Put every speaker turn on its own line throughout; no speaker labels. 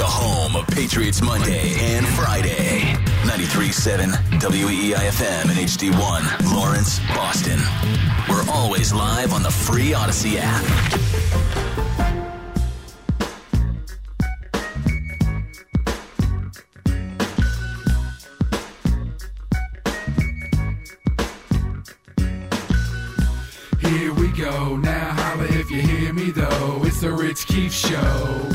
home of Patriots Monday and Friday. 93.7 E WEEIFM and HD1, Lawrence, Boston. We're always live on the free Odyssey app.
Here we go. Now holla if you hear me though. It's the Rich Keefe Show.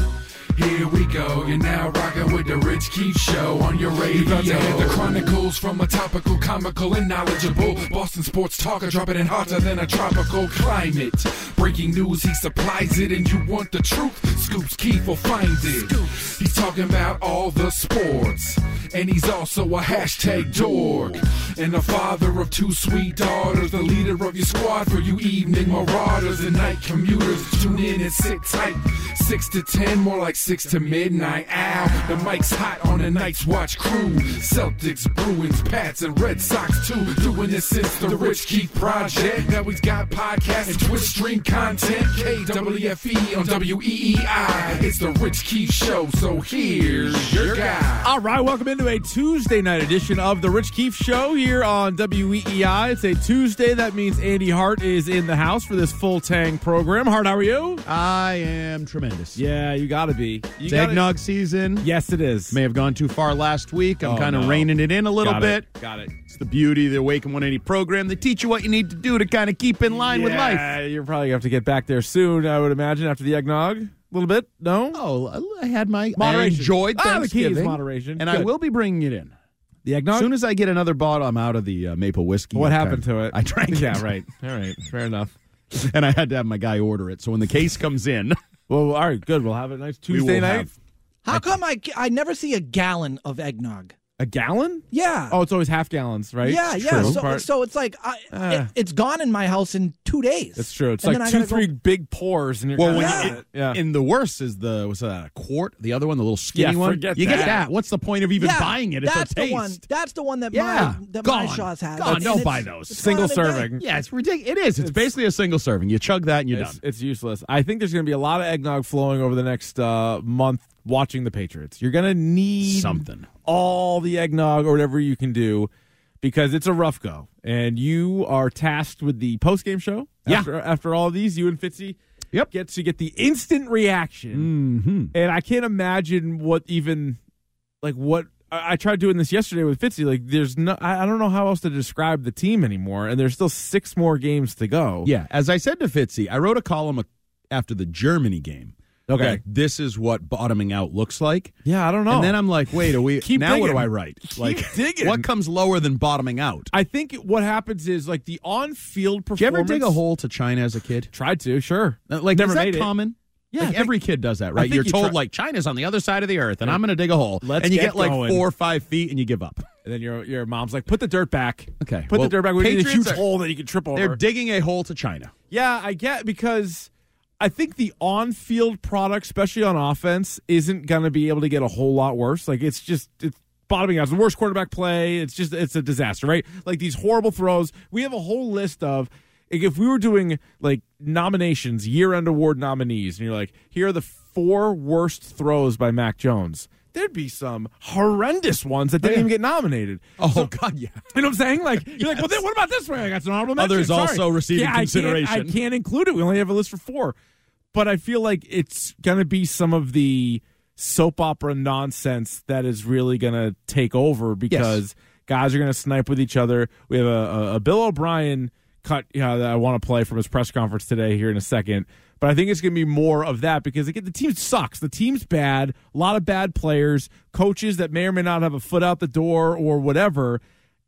Here we go. You're now rocking with the Rich Keefe Show on your radio. You about to hear the chronicles from a topical, comical, and knowledgeable Boston sports talker, dropping in hotter than a tropical climate. Breaking news, he supplies it, and you want the truth. Scoops Keefe will find it. He's talking about all the sports, and he's also a hashtag dork and the father of two sweet daughters, the leader of your squad for you evening marauders and night commuters. Tune in and sit tight. Six to ten, more like six to midnight. Ow, the mic's hot on the Night's Watch crew. Celtics, Bruins, Pats, and Red Sox too. Doing this since the Rich Keith Project. Now he's got podcasts and Twitch stream content. KWFE E on WEEI. It's the Rich Keith Show, so here's your guy.
All right, welcome into a Tuesday night edition of the Rich Keefe Show here on WEEI. It's a Tuesday. That means Andy Hart is in the house for this full tang program. Hart, how are you?
I am tremendous.
Yeah, you got to be. You
It's eggnog season.
Yes, it is.
May have gone too far last week. I'm
Oh,
kind of
no.
reining it in a little
Got
bit.
It. Got it.
It's the beauty of the Awaken 180 program. They teach you what you need to do to kind of keep in line with
Yeah,
life.
You're probably going to have to get back there soon, I would imagine, after the eggnog. A little bit? No?
Oh, I had my I
Moderation.
enjoyed
Ah, the key is
Thanksgiving.
moderation.
And I
Good.
will be bringing it in.
The
As
eggnog?
soon as I get another bottle, I'm out of the uh, maple whiskey.
what
I'm
happened
kind
to
of-
it?
I drank
yeah,
it.
right. All right. Fair enough.
And I had to have my guy order it. So when the case comes in,
Well, all right. Good. We'll have a nice
we will
Tuesday night.
have
How come I, I never see a gallon of eggnog?
A gallon?
Yeah.
Oh, it's always half gallons, right?
yeah,
It's
yeah.
true.
So,
Part-
so it's like I,
Ah.
it, has gone in my house in two days.
That's true. It's like
And then I
two,
gotta go-
three big pours, and you're
Well,
kinda
when
out
you,
of it. yeah.
and the worst is the was that a quart? The other one, the little skinny
Yeah,
one.
forget
you
that.
get that. What's the point of even
Yeah,
buying it? It's
that's
a taste.
the one. That's the one that
Yeah.
my that
Gone.
my Shaw's has.
Gone.
And
Don't
it's-
buy those.
it's
Single
gone in a day.
serving.
Yeah, it's ridiculous. It is. It's, basically a single serving. You chug that and you're
It's,
done.
it's useless. I think there's going to be a lot of eggnog flowing over the next uh, month watching the Patriots. You're going to need
Something.
all the eggnog or whatever you can do because it's a rough go. And you are tasked with the post game show.
Yeah.
After, after all these, you and Fitzy
Yep.
get to get the instant reaction.
Mm-hmm.
And I can't imagine what even, like, what. I I tried doing this yesterday with Fitzy. Like, there's no, I I don't know how else to describe the team anymore, and there's still six more games to go.
Yeah. As I said to Fitzy, I wrote a column a- after the Germany game.
Okay.
that This is what bottoming out looks like.
yeah. I don't know.
And then I'm like, wait, are we
Oh. Keep
now what do
digging.
I write? Like
digging.
what comes lower than bottoming out?
I think what happens is like the on-field performance.
Did you ever dig a hole to China as a kid?
Tried to, sure.
Uh, Like
Never
is that
made it.
common?
Yeah,
Like,
I think-
every kid does that, right?
think
You're
you
told
try-
like China's on the other side of the earth, and I'm going to dig a hole,
Let's
and you
get
get, like
going.
four or five feet, and you give up.
And then your your mom's like, put the dirt back.
Okay,
Put
well,
the dirt back. We need a
Patriots
huge
are-
hole that you can trip over.
They're digging a hole to China.
yeah, I get because I think the on-field product, especially on offense, isn't going to be able to get a whole lot worse. Like it's just it's bottoming out. It's the worst quarterback play. It's just it's a disaster, right? Like these horrible throws. We have a whole list of. like, If we were doing like nominations, year-end award nominees, and you're like, here are the four worst throws by Mac Jones, there'd be some horrendous ones that didn't even get nominated.
Oh God, yeah.
You know what I'm saying? Like you're like, well, then what about this one? I got an honorable mention.
Others
Sorry.
also receiving
yeah, I can't- I can't,
consideration.
include it. We only have a list for four. But I feel like it's going to be some of the soap opera nonsense that is really going to take over because guys are going to snipe with each other. We have a, a, a Bill O'Brien cut you know, that I want to play from his press conference today here in a second. But I think it's going to be more of that because again, the team sucks. The team's bad. A lot of bad players, coaches that may or may not have a foot out the door or whatever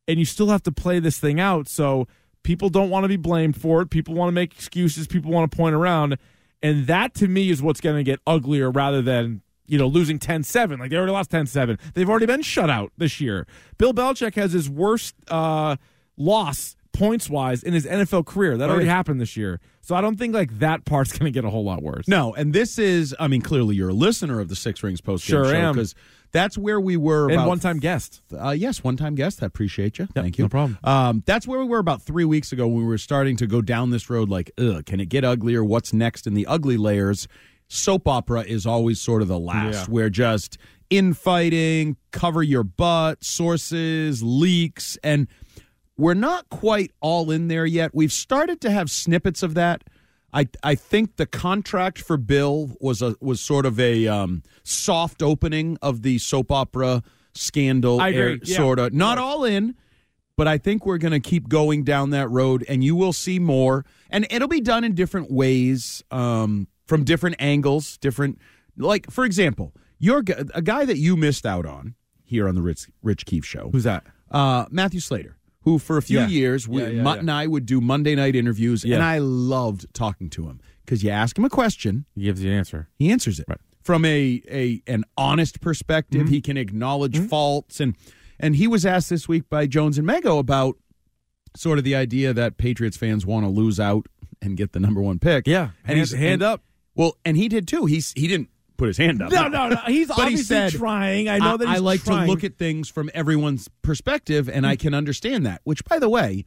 and you still have to play this thing out. So people don't want to be blamed for it. People want to make excuses. People want to point around. And that to me is what's going to get uglier rather than, you know, losing 10 7. Like they already lost 10 7. They've already been shut out this year. Bill Belichick has his worst uh, loss points wise in his NFL career. That already
Oh, yeah.
happened this year. So I don't think like that part's going to get a whole lot worse.
No, and this is. I mean, clearly you're a listener of the Six Rings post
Sure
show
am.
because that's where we were.
And
about
one time guest.
Uh, yes, one time guest. I appreciate you. Thank you.
no problem.
Um, that's where we were about three weeks ago when we were starting to go down this road like, ugh, can it get uglier? What's next in the ugly layers? Soap opera is always sort of the last,
Yeah.
where just infighting, cover your butt, sources, leaks, and we're not quite all in there yet. We've started to have snippets of that. I I think the contract for Bill was a was sort of a um, soft opening of the soap opera scandal.
I agree, yeah.
Sort of not all in, but I think we're going to keep going down that road, and you will see more. And it'll be done in different ways, um, from different angles, different. Like for example, your gu- a guy that you missed out on here on the Rich Rich Keefe show.
Who's that?
Uh, Matthew Slater, who for a few
Yeah.
years, we,
Yeah, yeah,
Mutt
yeah.
and I would do Monday night interviews,
Yeah.
and I loved talking to him because you ask him a question,
He gives you an answer.
he answers it from a, a an honest perspective.
Mm-hmm.
He can acknowledge faults, and and he was asked this week by Jones and Mego about sort of the idea that Patriots fans want to lose out and get the number one pick.
Yeah.
and he's
Hand- hand
and-
up.
Well, and he did too. He's he didn't put his hand up.
No, no, no. He's
But he
obviously
said,
trying. I know that he's
like
trying. Mm.
to look at things from everyone's perspective, and I can understand that. Which, by the way,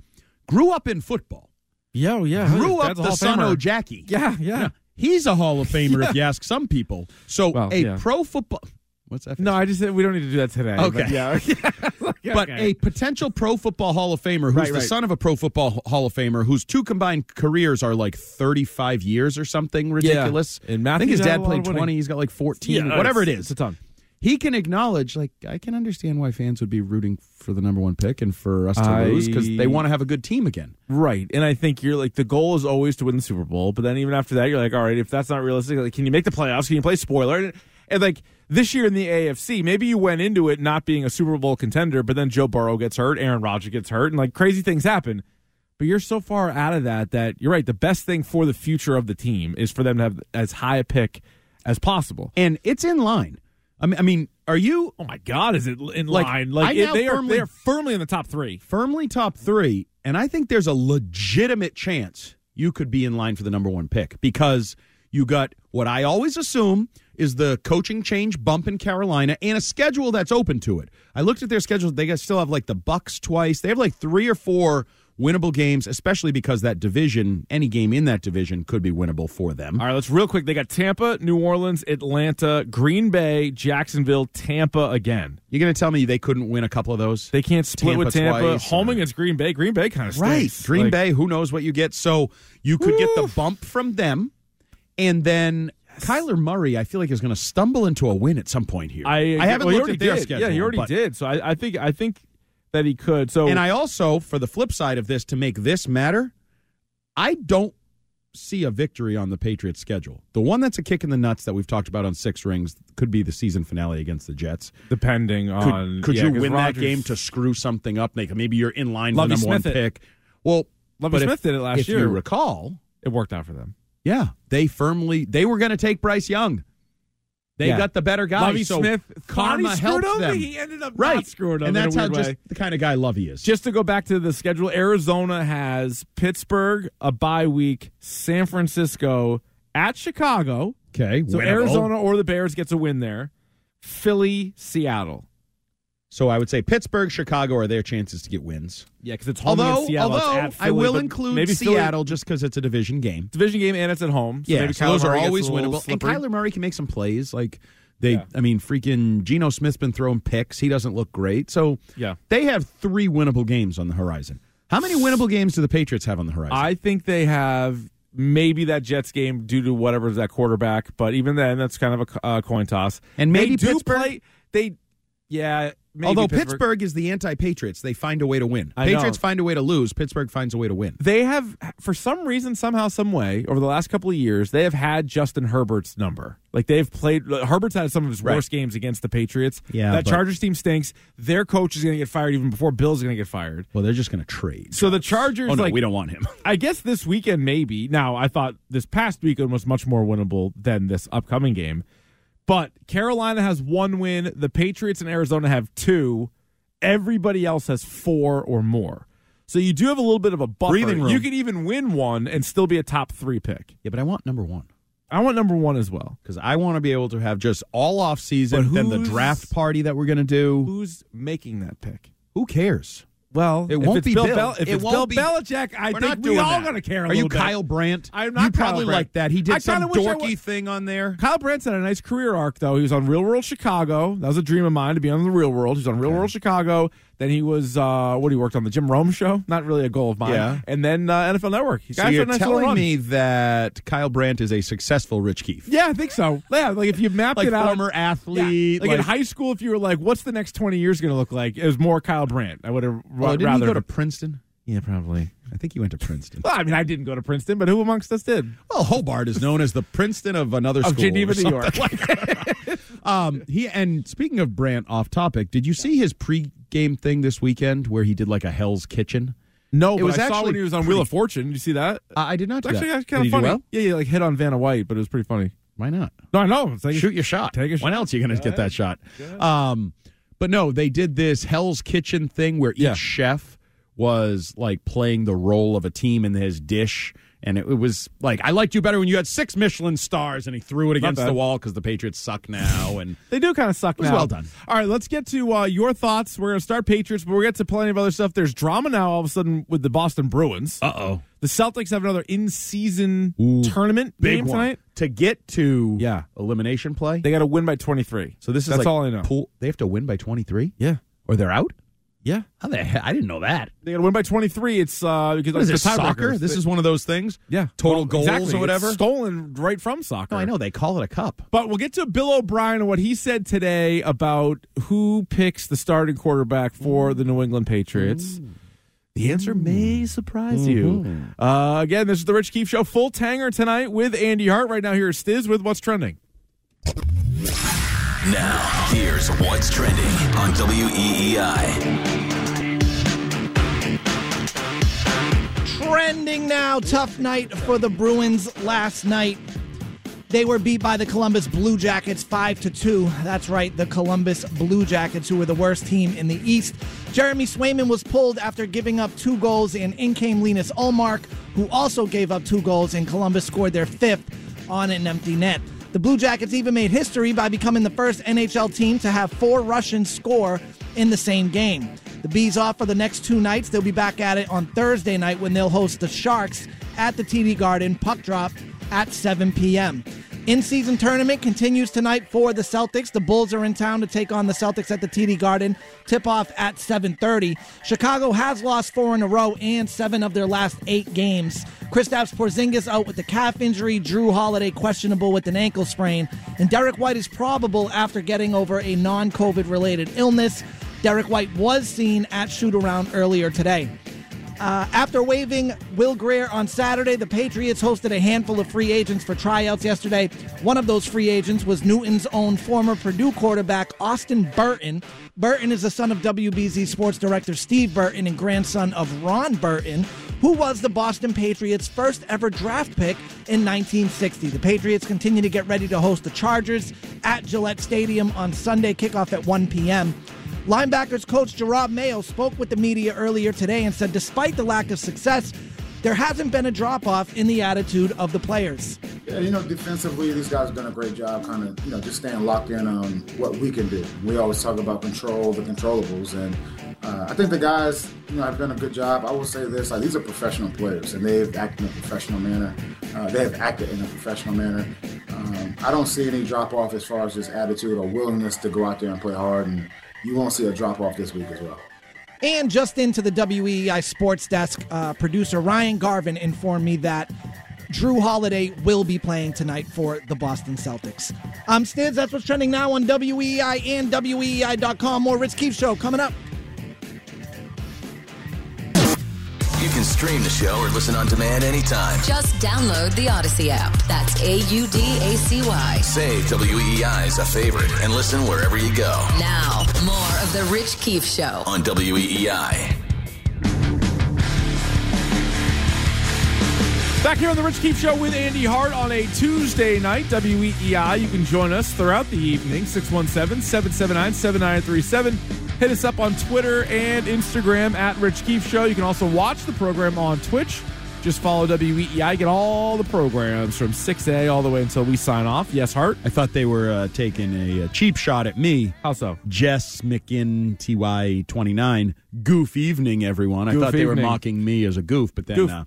grew up in football,
Yo, yeah.
grew up
That's
the
a Hall of
son
Famer.
of Jackie.
Yeah, yeah.
he's a Hall of Famer if you ask some people. So
Well,
a
yeah.
pro football. What's that?
No, I just said we don't need to do that today.
Okay.
But yeah. okay.
But a potential pro football Hall of Famer who's
Right,
the
right.
son of a pro football Hall of Famer whose two combined careers are like 35 years or something ridiculous.
And
I think his
Matthew's had
dad
a lot
played
of winning.
20. He's got like 14,
Yeah,
whatever it
it's-
is.
It's a ton.
he can acknowledge like I can understand why fans would be rooting for the number one pick and for us to
I-
lose because they want to have a good team again.
Right. And I think you're like the goal is always to win the Super Bowl, but then even after that you're like, all right, if that's not realistic, like can you make the playoffs? Can you play spoiler? And, and, like this year in the AFC, maybe you went into it not being a Super Bowl contender, but then Joe Burrow gets hurt, Aaron Rodgers gets hurt, and like crazy things happen. But you're so far out of that that you're right. The best thing for the future of the team is for them to have as high a pick as possible.
And it's in line. I mean, I mean, are you
Oh my God, is it in
Like,
line?
I
Like it-
now
they are
firmly-
they are firmly in the top three.
firmly top three? And I think there's a legitimate chance you could be in line for the number one pick because you got what I always assume is the coaching change bump in Carolina and a schedule that's open to it. I looked at their schedule; they got- still have like the Bucks twice. They have like three or four winnable games, especially because that division, any game in that division, could be winnable for them.
All right, let's real quick. They got Tampa, New Orleans, Atlanta, Green Bay, Jacksonville, Tampa again.
You're going to tell me they couldn't win a couple of those?
They can't split with
Tampa
Tampa.
twice,
Home
or-
against Green Bay. Green Bay kind of stinks.
Green
Like,
Bay, who knows what you get. So you could get the bump from them. And then Kyler Murray, I feel like, is going to stumble into a win at some point here.
I,
haven't
well, he
looked
already
at their
did.
schedule.
Yeah, he already
but-
did. So I, I think I think that he could. So
And I also, for the flip side of this, to make this matter, I don't see a victory on the Patriots' schedule. The one that's a kick in the nuts that we've talked about on Six Rings could be the season finale against the Jets.
depending
Could,
on
could
yeah,
you
'cause
win
Rodgers-
that game to screw something up? Like maybe you're in line for the
Lovie
number one
Smith it.
pick. Well,
Lovie
but if-
Smith did it last
if
year.
you recall,
It worked out for them.
yeah, they firmly they were going to take Bryce Young. They
Yeah.
got the better guy.
Lovie
so
Smith thought he
karma
screwed
helped
him,
them.
he ended up not
right.
screwing him
and
in a
that's
weird
how just
way.
the kind of guy Lovey is.
Just to go back to the schedule, Arizona has Pittsburgh a bye week, San Francisco at Chicago.
okay.
So
winnable.
Arizona or the Bears gets a win there. Philly, Seattle.
So I would say Pittsburgh, Chicago are their chances to get wins.
Yeah, because it's home
Although,
against Seattle. It's
although
at
I
Philly,
will
but
include
maybe Philly-
Seattle just because it's a division game.
division game and it's at home. So
yeah,
maybe
so
Kyler
those
Murray
are
gets a
always
little
winnable.
slippery.
And Kyler Murray can make some plays. Like they, I mean, freaking Geno Smith's been throwing picks. He doesn't look great. So
Yeah.
they have three winnable games on the horizon. How many winnable games do the Patriots have on the horizon?
I think they have maybe that Jets game due to whatever's that quarterback, but even then, that's kind of a co- uh, coin toss.
And maybe
they do
Pittsburgh-
play. They, yeah, maybe
Although Pittsburgh. is the anti-Patriots, they find a way to win.
I know.
Patriots find a way to lose. Pittsburgh finds a way to win.
they have for some reason somehow some way over the last couple of years they have had justin herbert's number like they've played herbert's had some of his
Right.
worst games against the patriots
Yeah,
that
but-
chargers team stinks their coach is going to get fired even before bill's going to get fired
Well, they're just going to trade.
so the chargers
oh no,
like
we don't want him.
i guess this weekend maybe now i thought this past weekend was much more winnable than this upcoming game but carolina has one win the patriots and arizona have two everybody else has four or more so you do have a little bit of a buffer.
Breathing room.
You could even win one and still be a top three pick.
yeah, but I want number one
I want number one as well.
because I want to be able to have just all off
But
season, then the
who's-
draft party that we're going to do.
Who's making that pick?
Who cares?
Well,
It
if
won't
it's
be
Bill.
Bill.
Bel- if
It
it's
won't
Bill
be-
Belichick, I
We're
think
not
we
doing
all
that.
gonna care. A
Are
little
you
bit.
Kyle Brandt?
I'm not
You
Kyle
probably
Brandt.
like that. He
I
did some
kinda wish I
dorky
wa-
thing on there.
Kyle Brandt's had a nice career arc, though. He was on Real World Chicago. That was a dream of mine to be on the Real World. He was on Real World Chicago. Then he was uh, what he worked on the Jim Rome show. Not really a goal of mine.
Yeah.
And then uh, NFL Network. He's
So
got
you're
a nice little
telling
run.
me that Kyle Brandt is a successful Rich Keefe,
Yeah, I think so. Yeah, like if you mapped
like
it out,
former
Yeah.
athlete,
like, in high school, if you were like, "What's the next twenty years going to look like?" It was more Kyle Brandt. I would have
Oh, didn't he
rather.
go to Princeton?
yeah, probably.
I think he went to Princeton.
Well, I mean, I didn't go to Princeton, but who amongst us did?
Well, Hobart is known as the Princeton of another
Of
school.
Geneva,
or
New York.
something like that. um, he and speaking of Brandt, off topic. Did you see his pre-game thing this weekend where he did like a Hell's Kitchen?
No,
It
but
was
I saw when
actually
he was on Wheel of Fortune. Did you see that?
Uh, I did not.
It's
do
actually
that.
kind
Did he
of
do
funny.
well?
Yeah, yeah, like hit on Vanna White, but it was pretty funny.
Why not?
No, I know. It's like,
Shoot your shot.
Take a shot.
when else are you going to get that shot? Um, but no, they did this Hell's Kitchen thing where each
Yeah.
chef was like playing the role of a team in his dish. And it, it was like, I liked you better when you had six Michelin stars. And he threw it against
bad.
the wall because the Patriots suck now. And
They do kind of suck
was
now.
well done.
All right, let's get to uh, your thoughts. We're going to start Patriots, but we'll get to plenty of other stuff. There's drama now all of a sudden with the Boston Bruins.
uh oh.
the Celtics have another in-season
Ooh,
tournament
Big
game
one.
tonight.
To get to
Yeah.
elimination play.
They got to win by 23.
so this is
That's
like
all I know.
Pool, they have to win by 23
Yeah.
or they're out?
Yeah.
How the hell? I didn't know that.
They got to win by 23. It's uh because
What is
it's
this,
the tiebreakers.
soccer? This
They-
is one of those things?
yeah.
Total
Well,
goals
exactly.
or whatever?
It's stolen right from soccer.
No, I know they call it a cup.
But we'll get to Bill O'Brien and what he said today about who picks the starting quarterback for the New England Patriots. The answer may surprise you. Uh, again, this is the Rich Keefe Show. Full tanger tonight with Andy Hart. Right now, here is Stiz with What's Trending.
Now, here's what's trending on E WEEI.
Trending now. Tough night for the Bruins last night. They were beat by the Columbus Blue Jackets 5 to 2. That's right, the Columbus Blue Jackets who were the worst team in the East. Jeremy Swayman was pulled after giving up two goals and in came Linus Olmark who also gave up two goals and Columbus scored their fifth on an empty net. The Blue Jackets even made history by becoming the first NHL team to have four Russians score in the same game. The Bees off for the next two nights. They'll be back at it on Thursday night when they'll host the Sharks at the TD Garden puck drop at 7 p.m. In season tournament continues tonight for the Celtics. The Bulls are in town to take on the Celtics at the TD Garden. Tip off at 7:30. Chicago has lost four in a row and seven of their last eight games. Kristaps Porzingis out with the calf injury. Drew Holiday questionable with an ankle sprain, and Derek White is probable after getting over a non-COVID related illness. Derek White was seen at shoot around earlier today. Uh, after waiving Will Greer on Saturday, the Patriots hosted a handful of free agents for tryouts yesterday. One of those free agents was Newton's own former Purdue quarterback, Austin Burton. Burton is the son of WBZ sports director Steve Burton and grandson of Ron Burton, who was the Boston Patriots' first ever draft pick in 1960. The Patriots continue to get ready to host the Chargers at Gillette Stadium on Sunday, kickoff at 1 p.m. Linebackers coach Gerard Mayo spoke with the media earlier today and said, despite the lack of success, there hasn't been a drop off in the attitude of the players.
Yeah, you know, defensively, these guys have done a great job, kind of, you know, just staying locked in on what we can do. We always talk about control, the controllables, and uh, I think the guys, you know, have done a good job. I will say this: like, these are professional players, and they've acted in a professional manner. Uh, they have acted in a professional manner. Um, I don't see any drop off as far as just attitude or willingness to go out there and play hard, and you won't see a drop off this week as well.
And just into the WEI Sports Desk, uh, producer Ryan Garvin informed me that Drew Holiday will be playing tonight for the Boston Celtics. I'm Stids. That's what's trending now on WEI and E WEI.com. More Ritz Keefe Show coming up.
You can stream the show or listen on demand anytime.
Just download the Odyssey app. That's A U D A C Y.
Say WEEI E is a favorite and listen wherever you go
Now, more of The Rich Keefe Show.
on E WEEI.
Back here on the Rich Keefe Show with Andy Hart on a Tuesday night, WEEI. You can join us throughout the evening, 617 779 7937. Hit us up on Twitter and Instagram at Rich Keefe Show. You can also watch the program on Twitch Just follow WEEI. Get all the programs from 6A all the way until we sign off. Yes, Hart?
I thought they were uh, taking a, uh cheap shot at me.
How so?
Jess McIn TY29. Goof evening, everyone. I
Goof
thought they were
evening.
mocking me as a goof, but then
Goof.
Uh,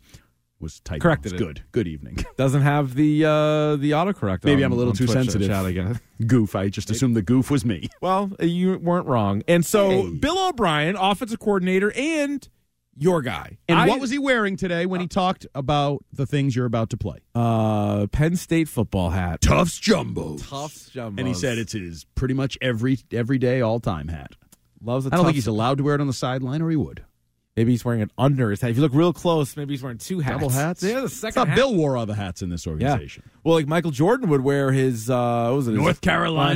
was typing.
Corrected
It's
it.
Good. Good evening.
Doesn't have the uh, the autocorrect.
Maybe
on-
I'm a little
on
too
Twitch.
sensitive.
Shout again.
goof. I just assumed the goof was me.
Well, you weren't wrong. And so Bill O'Brien, offensive coordinator, and your guy.
And
I-
what was he wearing today when he talked about the things you're about to play?
uh, Penn State football hat?
Tufts Jumbo.
Tufts Jumbos.
And he said it's his pretty much every every day all time hat.
loves. I
I don't think he's allowed to wear it on the sideline, or he would.
Maybe he's wearing it under his hat. If you look real close, maybe he's wearing two hats.
Double hats.
Yeah, the
I
second
thought
hat.
Bill wore all the hats in this
Yeah.
organization.
Well, like Michael Jordan would wear his uh, what was it? his- uh,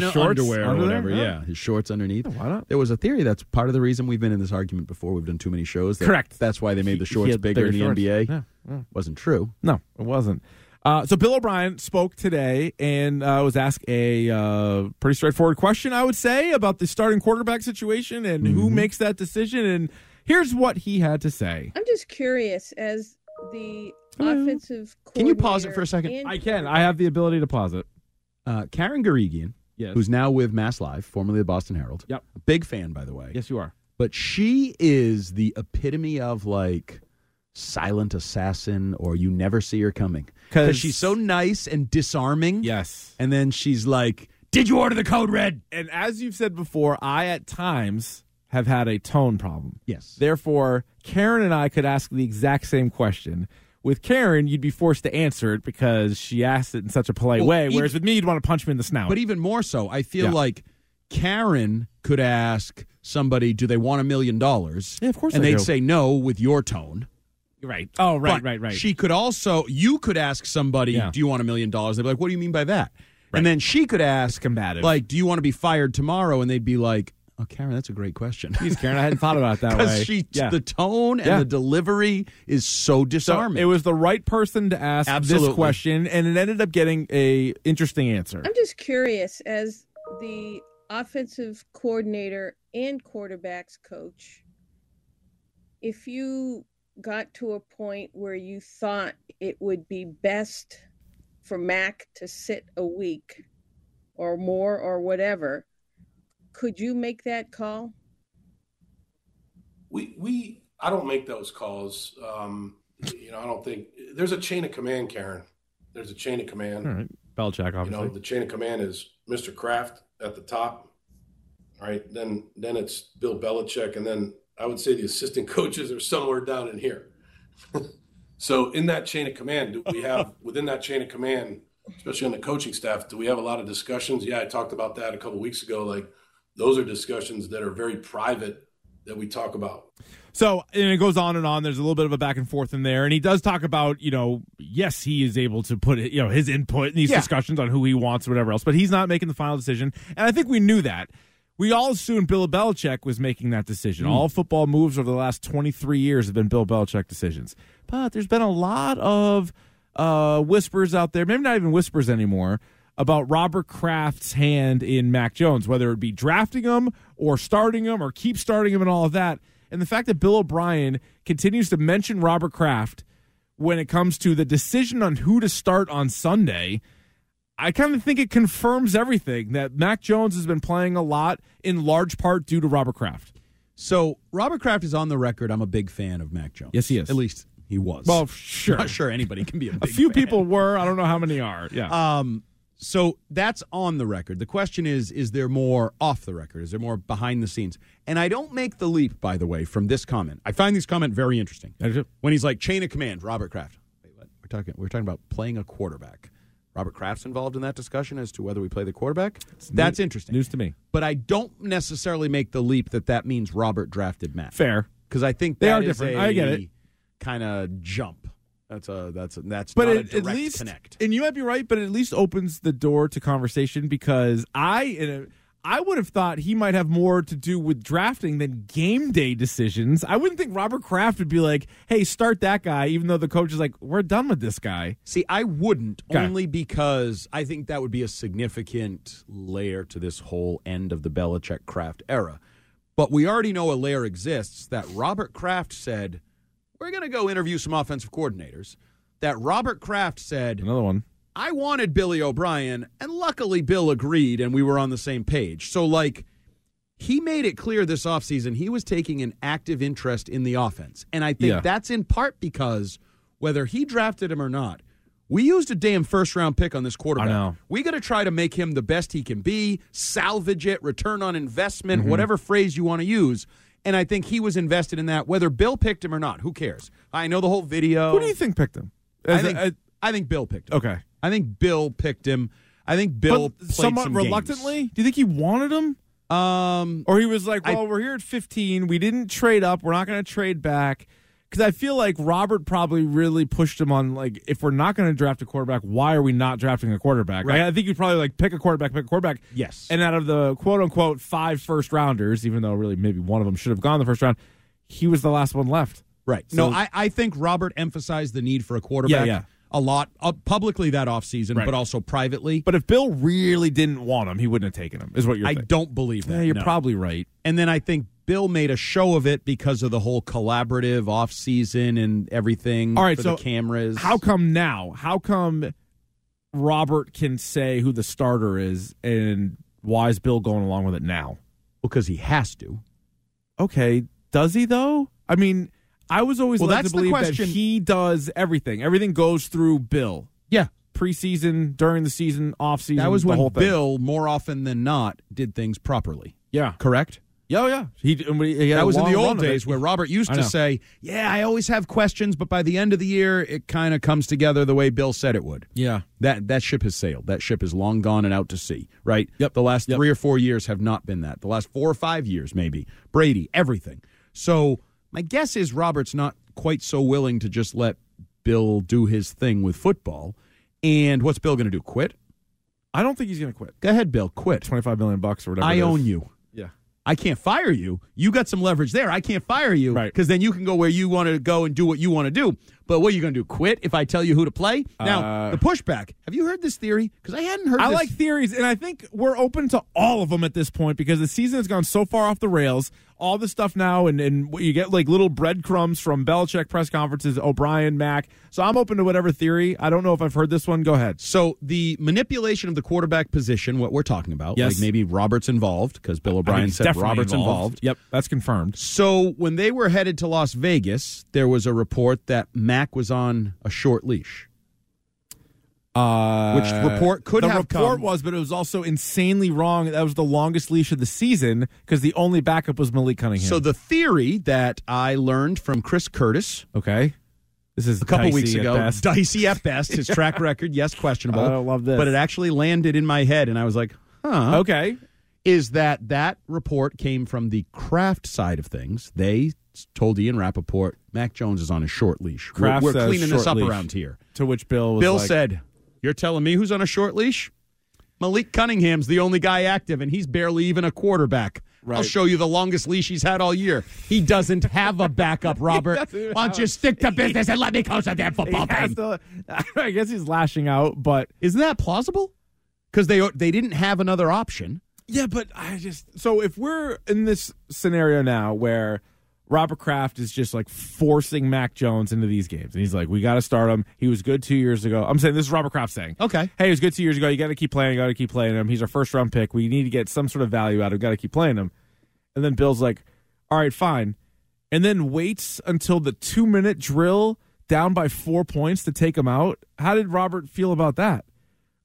shorts,
underwear or
under there?
whatever. Yeah, his shorts underneath.
why not?
There was a theory that's part of the reason we've been in this argument before. We've done too many shows. That
Correct.
That's why they made
He-
the
he
shorts
had
bigger in the
bigger shorts.
NBA.
Yeah,
Wasn't true.
No, it wasn't. Uh, so Bill O'Brien spoke today and uh, was asked a uh, pretty straightforward question, I would say, about the starting quarterback situation and
Mm-hmm.
who makes that decision. And here's what he had to say.
I'm just curious as the offensive
Can you pause it for a second?
coordinator and
I can. I have the ability to pause it.
Uh, Karen Garigian,
Yes.
who's now with Mass Live, formerly the Boston Herald.
Yep.
A big fan, by the way.
Yes, you are.
But she is the epitome of like silent assassin or you never see her coming.
'Cause-
Because she's so nice and disarming.
Yes.
And then she's like, Did you order the code red?
And as you've said before, I at times have had a tone problem.
Yes.
Therefore, Karen and I could ask the exact same question. With Karen, you'd be forced to answer it because she asked it in such a polite
Well,
way,
ev-
whereas with me, you'd want to punch me in the snout.
But e- even more so, I feel
Um, Yeah.
like Karen could ask somebody, Do they want a million dollars?
Yeah, of course
And
they
they'd
do.
say no with your tone.
right. Oh, right,
But
right, right.
She could also, you could ask somebody,
Yeah.
do you want a million dollars? They'd be like, what do you mean by that? And then she could ask,
combative.
like, do you want to be fired tomorrow? And they'd be like, oh, Karen, that's a great question.
Jeez, Karen, I hadn't thought about it that way.
Because she,
Yeah.
the tone and
Yeah.
the delivery is so
So
disarming.
it was the right person to ask
Absolutely.
this question, and it ended up getting a interesting answer.
I'm just curious as the offensive coordinator and quarterbacks coach if you got to a point where you thought it would be best for Mac to sit a week or more or whatever could you make that call
we we I don't make those calls. Um, you know, I don't think there's a chain of command, Karen. There's a chain of command.
All right. Belichick,
You know,
obviously.
the chain of command is Mr. Kraft at the top. All right, then then it's Bill Belichick, and then I would say the assistant coaches are somewhere down in here. so in that chain of command, do we have within that chain of command, especially on the coaching staff, do we have a lot of discussions? Yeah, I talked about that a couple weeks ago. Like those are discussions that are very private that we talk about.
So, and it goes on and on. There's a little bit of a back and forth in there. And he does talk about, you know, yes, he is able to put it, you know, his input in these
Yeah.
discussions on who he wants or whatever else, but he's not making the final decision. And I think we knew that. We all assumed Bill Belichick was making that decision. All football moves over the last 23 years have been Bill Belichick decisions. But there's been a lot of uh, whispers out there, maybe not even whispers anymore, about Robert Kraft's hand in Mac Jones, whether it be drafting him or starting him or keep starting him and all of that. And the fact that Bill O'Brien continues to mention Robert Kraft when it comes to the decision on who to start on Sunday, I kind of think it confirms everything that Mac Jones has been playing a lot in large part due to Robert Kraft.
so Robert Kraft is on the record. I'm a big fan of Mac Jones.
Yes, he is.
At least he was.
Well, sure.
Not sure anybody can be a big
A few
fan.
people were. I don't know how many are. Yeah.
Um, so that's on the record. The question is, is there more off the record? Is there more behind the scenes? And I don't make the leap, by the way, from this comment. I find this comment very interesting. When he's like, chain of command, Robert Kraft. Wait, what? We're talking, we're talking about playing a quarterback. Robert Kraft's involved in that discussion as to whether we play the quarterback. That's
new-
interesting.
news to me.
But I don't necessarily make the leap that that means Robert drafted Matt
Fair.
because I think
They
that
are
is
different.
A
I get it.
Kind of jump. That's a that's a, that's
but
not
it,
a
at
direct
least
connect.
and you might be right but it at least opens the door to conversation because i in a, i would have thought he might have more to do with drafting than game day decisions i wouldn't think robert kraft would be like hey start that guy even though the coach is like we're done with this guy
See, I wouldn't
Okay.
only because I think that would be a significant layer to this whole end of the Belichick Kraft era. But we already know a layer exists that Robert Kraft said, we're going to go interview some offensive coordinators. That Robert Kraft said,
Another one.
I wanted Billy O'Brien, and luckily Bill agreed and we were on the same page. So, like, he made it clear this offseason he was taking an active interest in the offense. And I think
Yeah.
that's in part because whether he drafted him or not, we used a damn first round pick on this quarterback.
I know.
We got to try to make him the best he can be, salvage it, return on investment,
Mm-hmm.
whatever phrase you want to use. And I think he was invested in that, whether Bill picked him or not. Who cares? I know the whole video.
Who do you think picked him?
I
As a-
think, I, think Bill picked him.
okay.
I think Bill picked him. I think Bill
but
played
somewhat
some games.
reluctantly. Do you think he wanted him,
Um,
or he was like,
I-
"Well, we're here at 15. We didn't trade up. We're not going to trade back." Because I feel like Robert probably really pushed him on like, if we're not going to draft a quarterback, why are we not drafting a quarterback?
Right.
I, I think you probably like pick a quarterback, pick a quarterback.
Yes.
And out of the quote unquote five first rounders, even though really maybe one of them should have gone the first round, he was the last one left.
right.
So-
no, I, I think Robert emphasized the need for a quarterback
yeah.
a lot uh, publicly that offseason,
Right.
but also privately.
But if Bill really didn't want him, he wouldn't have taken him. Is what you're.
I
thinking.
don't believe that.
Yeah, you're
no.
probably right.
And then I think Bill made a show of it because of the whole collaborative offseason and everything.
All right,
for
so
the cameras.
How come now? How come Robert can say who the starter is, and why is Bill going along with it now?
Because he has to.
Okay, does he though? I mean, I was always
Well,
led
that's
to
the
believe that
question.
he does everything. Everything goes through Bill.
Yeah.
Preseason, during the season, off season.
That was
the
when
whole thing.
Bill, more often than not, did things properly.
Yeah.
Correct?
Yeah, yeah. He, he had a
that was in
long
the
run
old
of it.
days where Robert used
I
to
know.
say, "Yeah, I always have questions, but by the end of the year, it kind of comes together the way Bill said it would."
Yeah.
That that ship has sailed. That ship is long gone and out to sea. Right.
Yep.
The last
Yep.
three or four years have not been that. The last four or five years, maybe Brady, everything. So my guess is Robert's not quite so willing to just let Bill do his thing with football. And what's Bill going to do? Quit?
I don't think he's going to quit.
Go ahead, Bill. Quit.
25 million bucks or whatever. it
I
is.
own you.
Yeah.
I can't fire you. You got some leverage there. I can't fire you
Right.
because then you can go where you want to go and do what you want to do. But what are you going to do? Quit if I tell you who to play? Now
Uh,
the pushback. Have you heard this theory? Because I hadn't heard.
I
this.
like theories, and I think we're open to all of them at this point because the season has gone so far off the rails. All this stuff now, and, and what you get like little breadcrumbs from Belichick press conferences, O'Brien, Mack. So I'm open to whatever theory. I don't know if I've heard this one. Go ahead.
So the manipulation of the quarterback position, what we're talking about,
Yes.
like maybe Roberts involved because Bill O'Brien
mean,
said
definitely
Roberts involved.
Yep, that's confirmed.
So when they were headed to Las Vegas, there was a report that Mac was on a short leash.
Uh,
Which report could
the
have
report
come-
was, but it was also insanely wrong. That was the longest leash of the season because the only backup was Malik Cunningham.
So the theory that I learned from Chris Curtis,
okay, this is
a couple
dicey
weeks
at
ago.
best.
Dicey at best. His track record, yes, questionable.
I don't love this. Oh.
But it actually landed in my head, and I was like, huh.
Okay,
Is that that report came from the craft side of things? They s- told Ian Rappaport, Mac Jones is on a short leash. We're-
Kraft
we're
says
cleaning this
short
up
leash.
around here.
to which Bill was
Bill
like,
said, You're telling me who's on a short leash? Malik Cunningham's the only guy active, and he's barely even a quarterback. I'll
Right.
show you the longest leash he's had all year. He doesn't have a backup, Robert.
doesn't
Why don't you stick to business and let me coach the damn football
He has
team?
to- I guess he's lashing out, but
Isn't that plausible? Because they they didn't have another option.
yeah, but I just so if we're in this scenario now where Robert Kraft is just like forcing Mac Jones into these games, and he's like, "We got to start him. He was good two years ago." I'm saying this is Robert Kraft saying,
Okay.
hey, he was good two years ago. You got to keep playing. You got to keep playing him. He's our first round pick. We need to get some sort of value out of him. Got to keep playing him. And then Bill's like, all right, fine. And then waits until the two minute drill down by four points to take him out. How did Robert feel about that?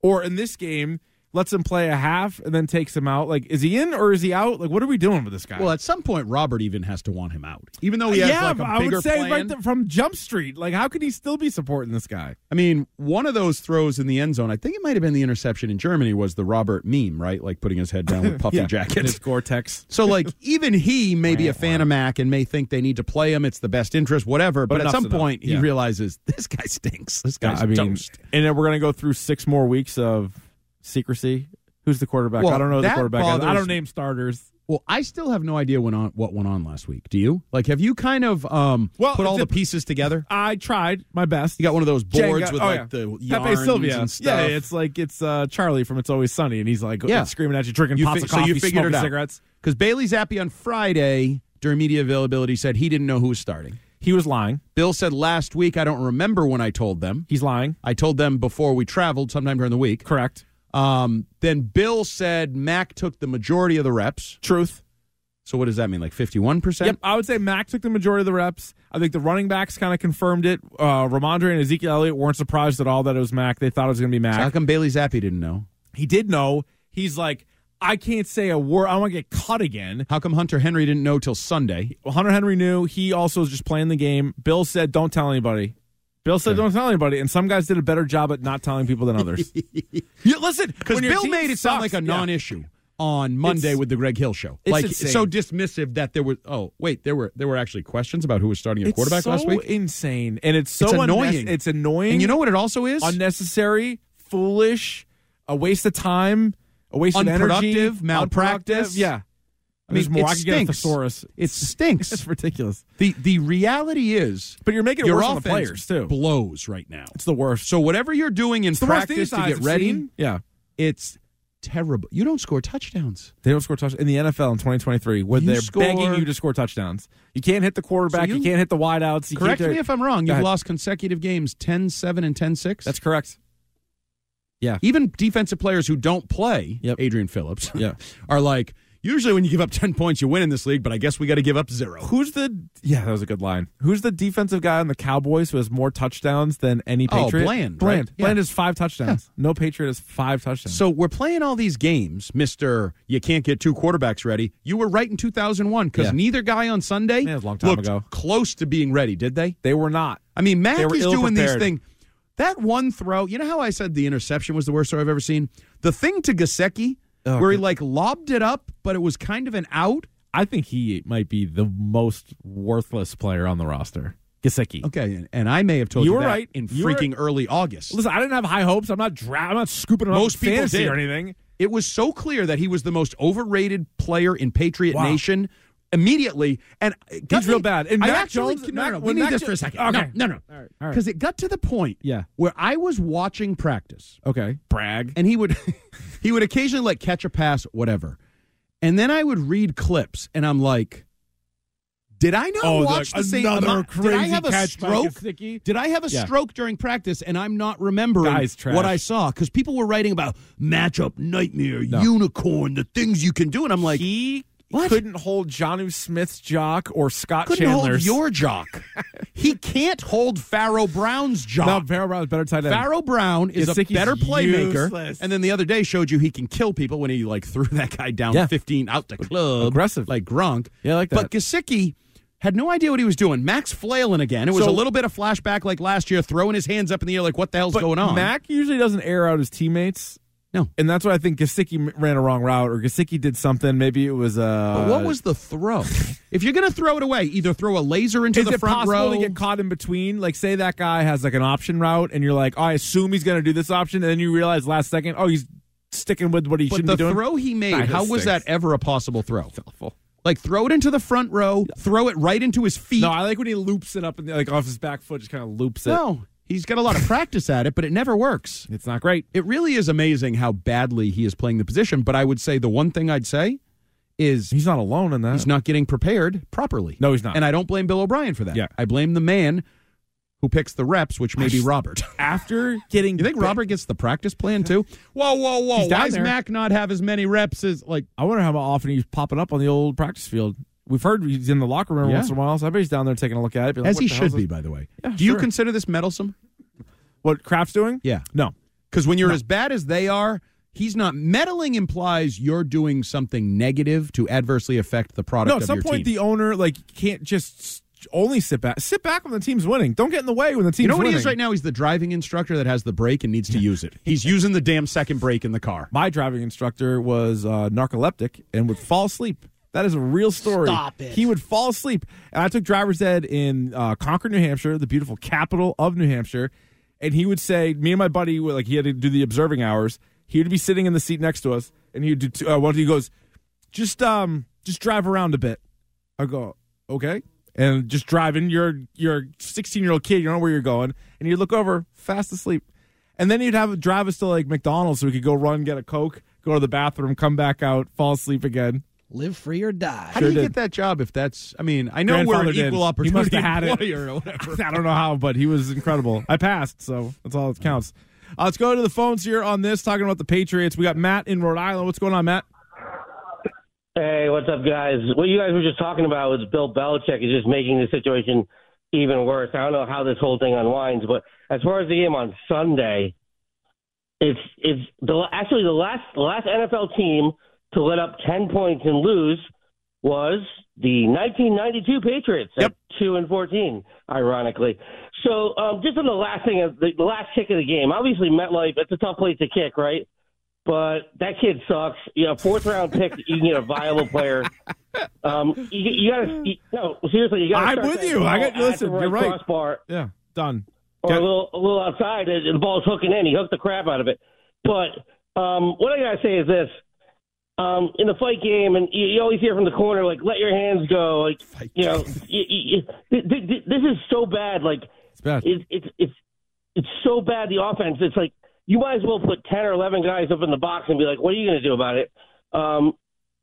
Or in this game, lets him play a half and then takes him out. Like, is he in or is he out? Like, what are we doing with this guy?
Well, at some point, Robert even has to want him out, even though he has
Uh, yeah,
like a
I
bigger
would say
plan.
right th- from Jump Street. Like, how could he still be supporting this guy?
I mean, one of those throws in the end zone, I think it might have been the interception in Germany, was the Robert meme, right? Like putting his head down with puffy
Yeah, in
jackets.
his Gore-Tex.
So, like, even he may be a fan of Mac and may think they need to play him. It's the best interest, whatever. But,
But
at
enough's
some
enough.
point,
Yeah.
he realizes this guy stinks. This
Yeah,
guy's
I mean,
toast.
and then we're gonna go through six more weeks of secrecy. Who's the quarterback?
Well,
I don't know who the
that
quarterback. is. I
bothers
don't
me.
name starters.
Well, I still have no idea when on, what went on last week. Do you? Like, have you kind of um,
Well,
put all the
the-
pieces together?
I tried my best.
You got one of those boards
Jenga-
with
oh,
like
yeah.
the
Pepe
yarns
Sylvia.
and stuff.
Yeah, it's like it's uh, Charlie from It's Always Sunny, and he's like
Yeah.
screaming at you, drinking pots
fi-
of coffee,
so you figured it
smoking
out.
cigarettes.
Because Bailey Zappi on Friday during media availability said he didn't know who was starting.
He was lying.
Bill said last week, I don't remember when I told them.
He's lying.
I told them before we traveled, sometime during the week.
Correct.
Um, then Bill said Mac took the majority of the reps.
Truth.
So what does that mean? Like 51%?
Yep, I would say Mac took the majority of the reps. I think the running backs kind of confirmed it. Uh, Ramondre and Ezekiel Elliott weren't surprised at all that it was Mac. They thought it was going to be Mac.
How come Bailey Zappi didn't know?
He did know. He's like, I can't say a word. I want to get cut again.
How come Hunter Henry didn't know till Sunday?
Hunter Henry knew. He also was just playing the game. Bill said, "Don't tell anybody." Bill said, "Don't tell anybody." And some guys did a better job at not telling people than others. you, listen,
Because
when your
Bill
team
made it sound
sucks-
like a
yeah.
non-issue on Monday
It's-
with the Greg Hill show.
it's
like
insane.
so dismissive that there was oh wait, there were there were actually questions about who was starting at
It's
quarterback
so
last week.
Insane, and it's so
It's
unnes-
annoying.
it's annoying.
And you know what it also is?
unnecessary, foolish, a waste of time, a waste of energy,
Unproductive, malpractice.
Unproductive, Yeah,
I mean,
There's more.
it
I could get a
stinks.
thesaurus.
It stinks.
It's ridiculous.
the the reality is
But you're making it
your
worse on the
offense
players too.
blows right now.
It's the worst.
So whatever you're doing in
the worst
practice to
thing these guys
get
have
ready,
seen. Yeah,
it's terrible. You don't score touchdowns.
they don't score touchdowns in the NFL in 2023, where
You
they're
score-
begging you to score touchdowns. You can't hit the quarterback.
So
you,
you-
can't hit the wideouts. You
Correct
can't
me if I'm wrong. You've
ahead.
lost consecutive games 10-7 and 10-6.
That's correct.
even defensive players who don't play,
Yep.
Adrian Phillips,
Yeah.
are like, usually when you give up 10 points, you win in this league, but I guess we got to give up zero.
Who's the yeah? That was a good line. Who's the defensive guy on the Cowboys who has more touchdowns than any
Oh,
Patriot?
Bland, right?
Bland.
Yeah.
Bland has five touchdowns. No Patriot has five touchdowns.
So we're playing all these games, Mr. You can't get two quarterbacks ready. You were right in 2001 because
Yeah.
neither guy on Sunday
Man, it was a long time
looked
ago.
close to being ready, did they?
they were not.
I mean, Mac
They were
is doing these
ill-prepared.
things. That one throw, you know how I said the interception was the worst throw I've ever seen? The thing to Gasecki,
Oh,
where he
good.
like lobbed it up, but it was kind of an out.
I think he might be the most worthless player on the roster. Gasecki.
Okay, and, and I may have told you,
You were
that
right.
in
You were-
freaking early August.
Listen, I didn't have high hopes. I'm not dra- I'm not scooping him
Most
up in
people
fantasy
did.
or anything.
It was so clear that he was the most overrated player in Patriot
Wow.
Nation immediately, and it got
He's real bad. And
I
Mac
actually,
Jones-
no,
Mac-
no, we
when
need
Mac
this
Jo-
for a second.
Okay.
No, no, no,
all right.
because it got to the point,
Yeah.
where I was watching practice,
Okay. Brag.
and he would, he would occasionally like catch a pass, whatever, and then I would read clips, and I'm like, did I not watch the same?
Oh,
am
another
I-
crazy
did I have a
catch by
stroke?
Gesicki?
Did I have a
Yeah.
stroke during practice and I'm not remembering
Guy's trash.
what I saw? Because people were writing about matchup nightmare, unicorn, the things you can do, and I'm like,
he
What?
couldn't hold Johnu Smith's jock or Scott
couldn't
Chandler's.
hold your jock. he can't hold Farrow Brown's
no,
jock.
Farrell Brown's better tight end.
Farrow Brown is a
Gesicki's
better playmaker.
useless.
And then the other day showed you he can kill people when he like threw that guy down
Yeah.
15 out the club,
Aggressive.
like Gronk.
Yeah, I like
But
that.
Gasicki. Had no idea what he was doing. Max flailing again. It was
So-
a little bit of flashback like last year, throwing his hands up in the air, like what the hell's
But
going on?
Mac usually doesn't air out his teammates.
No.
And that's why I think Gasicki m- ran a wrong route or Gasicki did something. Maybe it was uh
But what was the throw? if you're going to throw it away, either throw a laser into
is
the
it
front
possible
row.
to get caught in between? Like, say that guy has like an option route, and you're like, "Oh, I assume he's going to do this option, and then you realize last second, oh, he's sticking with what he
but
shouldn't
the
be doing.
throw he made,
Nah,
how
that
was that
stinks.
ever a possible throw? Like throw it into the front row, throw it right into his feet.
no, I like when he loops it up and like off his back foot, just kind of loops it.
No, he's got a lot of practice at it, but it never works.
It's not great.
It really is amazing how badly he is playing the position. But I would say the one thing I'd say is
He's not alone in that.
he's not getting prepared properly.
No, he's not.
And I don't blame Bill O'Brien for that.
Yeah.
I blame the man who picks the reps, which may be Robert.
After getting,
You think
bit-
Robert gets the practice plan too? Whoa, whoa, whoa!
He's down
Why does
there.
Mac not have as many reps as like?
I wonder how often he's popping up on the old practice field. We've heard he's in the locker room
Yeah.
once in a while, so I bet he's down there taking a look at it. be like,
As
what
he
the hell's
should be,
this-
by the way.
Yeah,
Do you
sure.
consider this meddlesome?
What Kraft's doing?
Yeah.
No.
Because when you're as bad as they are, he's not meddling. Implies you're doing something negative to adversely affect the product.
No, at
of
some
your
point
team.
the owner like can't just s- only sit back. Sit back when the team's winning. Don't get in the way when the team's
you know what
winning.
he is right now? He's the driving instructor that has the brake and needs to use it. He's using the damn second brake in the car.
My driving instructor was uh, narcoleptic and would fall asleep. That is a real story.
Stop it.
He would fall asleep. And I took driver's ed in uh, Concord, New Hampshire, the beautiful capital of New Hampshire. And he would say, me and my buddy, were, like he had to do the observing hours. He would be sitting in the seat next to us, and he would do. Two, uh, one, he goes, just um, just drive around a bit. I go, okay. And just driving, you're you're a 16 year old kid, you don't know where you're going, and you look over, fast asleep. And then you'd have drive us to like McDonald's so we could go run, get a Coke, go to the bathroom, come back out, fall asleep again.
Live free or die.
How do you
Sure
get
did.
that job if that's? I mean, I know we're an
Grandfather did.
equal
He
opportunity
must have had it.
employer or whatever.
I don't know how, but he was incredible. I passed, so that's all that counts. Uh, let's go to the phones here on this, talking about the Patriots. We got Matt in Rhode Island. What's going on, Matt?
Hey, what's up, guys? What you guys were just talking about with Bill Belichick is just making the situation even worse. I don't know how this whole thing unwinds, but as far as the game on Sunday, it's it's the actually the last the last NFL team to let up ten points and lose was the 1992 Patriots
Yep.
at two and fourteen, ironically. So um, just on the last thing, of the, the last kick of the game, obviously MetLife, it's a tough place to kick, right? but that kid sucks. You know, fourth round pick, you can get a viable player. Um, you, you gotta you, no seriously. You gotta.
I'm
start
with
that
you. I
ball
got-
at
listen,
the
you're right.
Crossbar
Yeah, done.
or
Get-
a little a little outside. and The ball's hooking in. He hooked the crap out of it. But um, what I gotta say is this: um, in the fight game, and you, you always hear from the corner, like "let your hands go," like you know, you, you, you- th- th- th- this is so bad. Like
It's bad.
it's it's it's it's so bad the offense. It's like you might as well put ten or eleven guys up in the box and be like, what are you going to do about it? Um,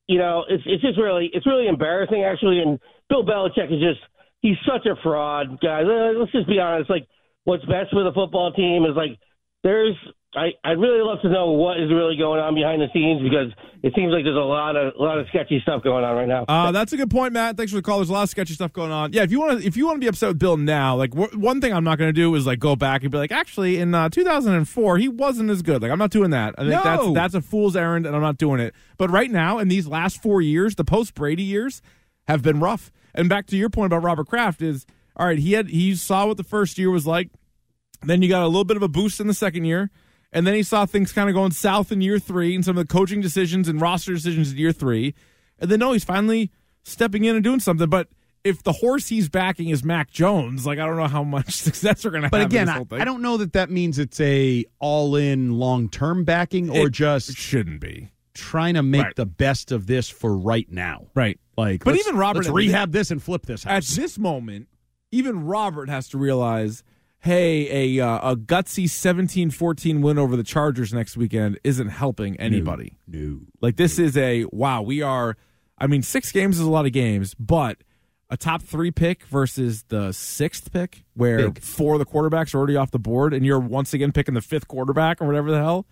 you know, it's it's just really it's really embarrassing actually. And Bill Belichick is just he's such a fraud, guys. Uh, Let's just be honest. Like, what's best for the football team is like there's I I'd really love to know what is really going on behind the scenes because it seems like there's a lot of a lot of sketchy stuff going on right now.
Uh, that's a good point, Matt. Thanks for the call. There's a lot of sketchy stuff going on. Yeah, if you want to, if you want to be upset with Bill now, like wh- one thing I'm not going to do is like go back and be like, actually, in uh, 2004, he wasn't as good. Like I'm not doing that. I think
No.
that's that's a fool's errand, and I'm not doing it. But right now, in these last four years, the post Brady years have been rough. And back to your point about Robert Kraft is all right. He had he saw what the first year was like. Then you got a little bit of a boost in the second year. And then he saw things kind of going south in year three and some of the coaching decisions and roster decisions in year three. And then, no, he's finally stepping in and doing something. But if the horse he's backing is Mac Jones, like, I don't know how much success we're going to have.
But
in
again,
this
I,
whole thing.
I don't know that that means it's a all in long term backing or
It
just
Shouldn't be.
trying to make
Right.
the best of this for right now.
Right.
Like,
But
let's-
even Robert-
let's rehab this and flip this
At
house.
this moment, even Robert has to realize hey, a, uh, a gutsy 17 14 win over the Chargers next weekend isn't helping anybody.
no.
Like this is a wow. We are. I mean, six games is a lot of games, but a top three pick versus the sixth pick, where
Big.
four of the quarterbacks are already off the board, and you're once again picking the fifth quarterback or whatever the hell.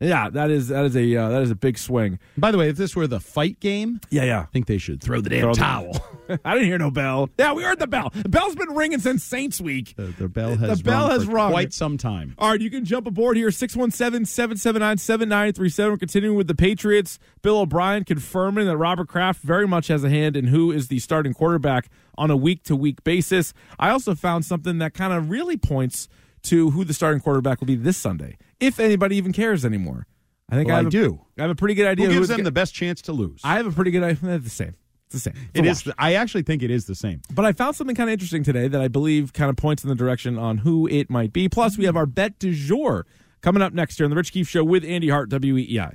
Yeah, that is that is a uh, that is a big swing.
By the way, if this were the fight game,
Yeah, yeah.
I think they should throw the damn
Throw the-
towel.
I didn't hear no bell. Yeah, we heard the bell. The bell's been ringing since Saints week.
the, the bell has
bell
rung
has
for
rung.
quite some time.
All right, you can jump aboard here 617 779 7937. We're continuing with the Patriots. Bill O'Brien confirming that Robert Kraft very much has a hand in who is the starting quarterback on a week to week basis. I also found something that kind of really points to who the starting quarterback will be this Sunday, if anybody even cares anymore. I think
Well,
I,
I
have a-
do.
I have a pretty good idea.
Who gives
who's
them
go-
the best chance to lose?
I have a pretty good idea. It's the same. It's the same. It's a
it
wash.
is. the- I actually think it is the same.
But I found something kind of interesting today that I believe kind of points in the direction on who it might be. Plus, we have our bet du jour coming up next year on the Rich Keefe Show with Andy Hart, E WEEI.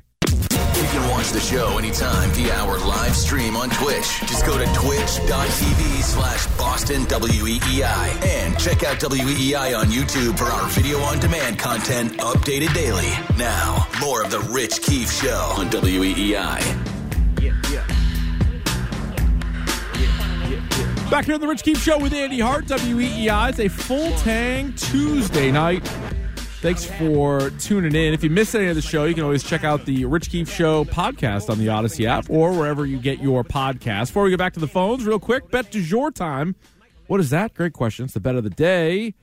You can watch the show anytime via our live stream on Twitch. Just go to twitch.tv slash Boston WEEI and check out WEEI on YouTube for our video on demand content updated daily. Now, more of The Rich Keefe Show on E WEEI.
Back here on the Rich Keefe Show with Andy Hart, WEEI. It's a full tang Tuesday night. Thanks for tuning in. If you missed any of the show, you can always check out the Rich Keefe Show podcast on the Odyssey app or wherever you get your podcast. Before we get back to the phones, real quick, bet du jour time. What is that? Great question. It's the bet of the day.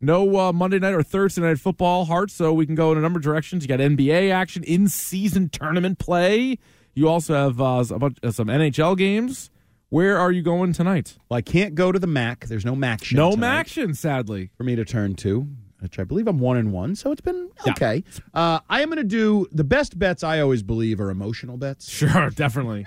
No uh, Monday night or Thursday night football, Hart, so we can go in a number of directions. You got NBA action, in season tournament play. You also have uh, a bunch, uh, some NHL games. Where are you going tonight?
Well, I can't go to the Mac. There's no Mac.
No
tonight.
action, sadly.
for me to turn to, which I believe I'm one and one, so it's been
Yeah.
okay. Uh, I am going to do the best bets I always believe are emotional bets.
Sure, definitely.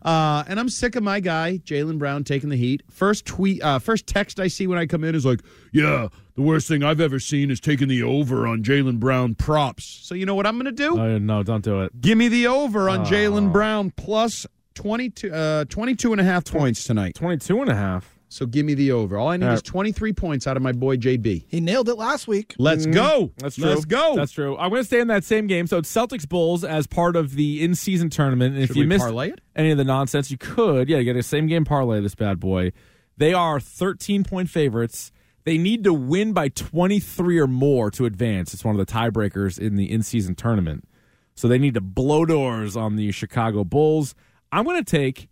Uh, and I'm sick of my guy Jalen Brown taking the heat. First tweet, uh, first text I see when I come in is like, "Yeah, the worst thing I've ever seen is taking the over on Jalen Brown props." So you know what I'm going to do?
oh, no, don't do it.
Give me the over on Jalen Brown plus 22, uh, 22 and a half points tonight.
22 and a half.
So give me the over. All I need
All
is
right.
23 points out of my boy JB.
He nailed it last week.
Let's Mm-hmm. go.
That's true.
Let's go.
That's true. I'm going to stay in that same game. So it's Celtics Bulls as part of the in season tournament. And if
Should
you
we
missed
parlay it?
any of the nonsense, you could. Yeah, get a same game parlay this bad boy. They are 13 point favorites. They need to win by 23 or more to advance. It's one of the tiebreakers in the in season tournament. So they need to blow doors on the Chicago Bulls. I'm going to take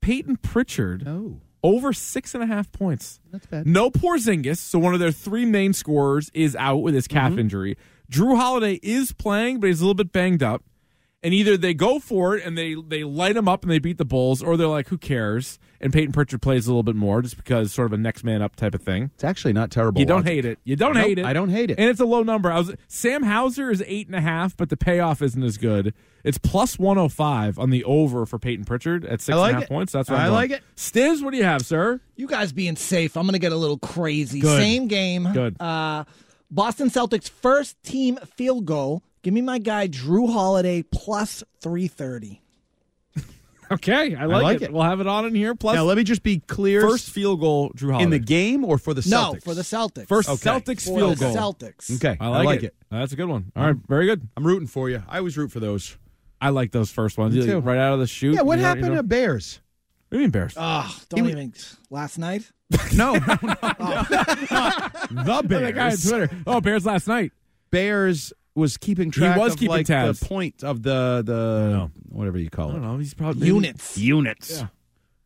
Peyton Pritchard
No,
over six and a half points.
that's bad.
No Porzingis, so one of their three main scorers is out with his
Mm-hmm.
calf injury. Drew Holiday is playing, but he's a little bit banged up. And either they go for it and they they light him up and they beat the Bulls, or they're like, who cares? And Peyton Pritchard plays a little bit more just because sort of a next man up type of thing.
It's actually not terrible.
You don't
logic.
hate it. You don't
Nope,
hate it.
I don't hate it.
And it's a low number. I was Sam Hauser is eight and a half, but the payoff isn't as good. It's plus one hundred five on the over for Peyton Pritchard at six and a half
like it.
points. That's what
I
I'm going.
like it.
Stiz, what do you have, sir?
You guys being safe, I'm going to get a little crazy.
Good.
Same game.
Good.
Uh, Boston Celtics first team field goal. Give me my guy Drew Holiday plus 330.
Okay, I like,
like
it.
it.
We'll have it on in here. Plus,
Now let me just be clear.
first field goal, Drew Holiday.
in the game or for the Celtics?
No, for the Celtics.
First
Okay.
Celtics
for
field
the
goal.
Celtics.
Okay,
I like, it. That's a good one.
Mm-hmm.
All right, very good.
I'm rooting for you. I always root for those.
I like those first ones.
Me
You-
too.
Right out of the shoot.
Yeah, what
you know-
happened
You know,
to Uh, Bears?
what do you mean Bears?
Oh, don't even. Last night?
No, no, no, no. the
that guy on
Bears.
Twitter. Oh, Bears last night.
Bears was keeping track.
was
of
keeping
like
tabs.
the point of the the whatever you
I
call
don't
it.
know. He's probably maybe-
Units.
Units.
Yeah.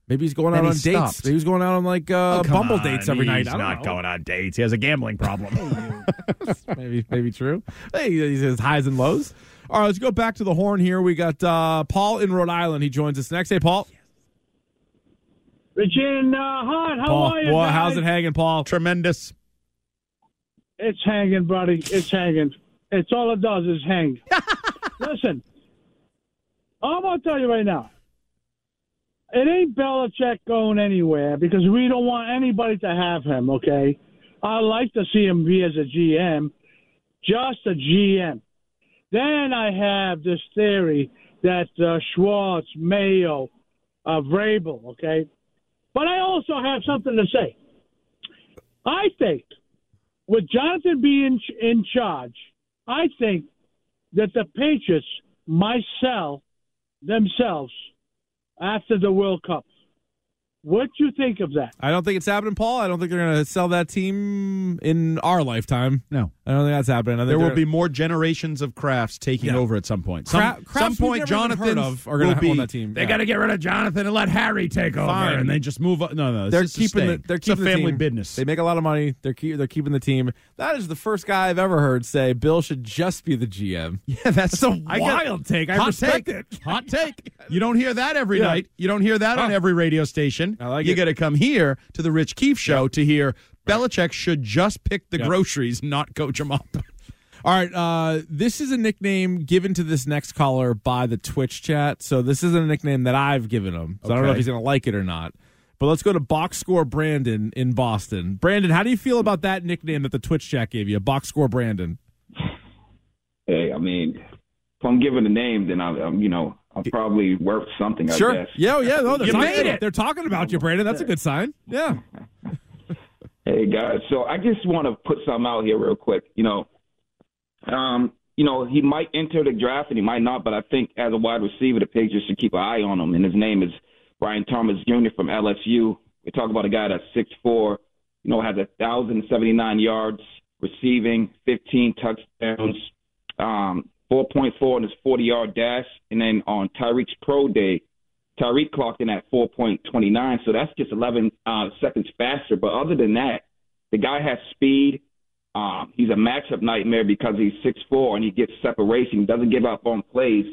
Maybe he's going
Then
out
he
on dates.
stopped.
Maybe he's going out on like uh, bumble dates every night.
He's
I don't
not
know.
going on dates. He has a gambling problem.
maybe maybe true. Hey, he's his highs and lows. All right, let's go back to the horn here. We got uh, Paul in Rhode Island. He joins us next. Hey, Paul.
Regin, uh, hot. How
Paul,
are you?
boy,
guys?
Oh, how's it hanging, Paul?
Tremendous.
It's hanging, buddy. It's hanging. It's all it does is hang. Listen, I'm gonna tell you right now. It ain't Belichick going anywhere because we don't want anybody to have him. Okay, I like to see him be as a GM, just a GM. Then I have this theory that uh, Schwartz, Mayo, uh, Vrabel. Okay, but I also have something to say. I think with Jonathan being in charge, I think that the Patriots might sell themselves after the World Cup. What do you think of that?
I don't think it's happening, Paul. I don't think they're going to sell that team in our lifetime.
No.
I don't think that's happening. I think
There will
they're-
be more generations of crafts taking
Yeah.
over at some point. Some,
Cra-
some
crafts we've
point,
never even
Jonathan
heard of are gonna
will be
own that team.
They
Yeah.
got to get rid of Jonathan and let Harry take
Fine.
over, and they just move. on. No, no,
they're
it's just a
keeping the,
stain.
they're
It's a
keeping the
family
team.
business.
They make a lot of money. They're keep, they're keeping the team. That is the first guy I've ever heard say Bill should just be the GM.
yeah, that's a
I get- Hot
Hot take.
take.
Hot take. You don't hear that every
Yeah.
night. You don't hear that on
Huh.
every radio station.
I like
you
it.
got to come here to the Rich Keefe show to hear Belichick should just pick the
Yep.
groceries, not coach them up.
All right, uh, this is a nickname given to this next caller by the Twitch chat. So this isn't a nickname that I've given him. So I don't know if
Okay.
he's going to like it or not. But let's go to box score Brandon in Boston. Brandon, how do you feel about that nickname that the Twitch chat gave you? Box score Brandon.
Hey, I mean, if I'm given a name, then I, I'm, you know, I'm probably worth something. I
Sure.
guess.
Yeah, oh, yeah. No, they're,
You
talking,
made it.
they're talking about you, Brandon. That's a good sign. Yeah.
Hey guys, so I just want to put something out here real quick. You know, um, you know, he might enter the draft and he might not, but I think as a wide receiver, the Patriots should keep an eye on him. And his name is Brian Thomas Jr. from LSU. We talk about a guy that's six four, you know, has a thousand seventy nine yards receiving, fifteen touchdowns, um, four point four in his forty yard dash, and then on Tyreek's pro day, Tyreek clocked in at 4.29, so that's just 11 uh, seconds faster. But other than that, the guy has speed. Um, he's a matchup nightmare because he's 6'4 and he gets separation. He doesn't give up on plays.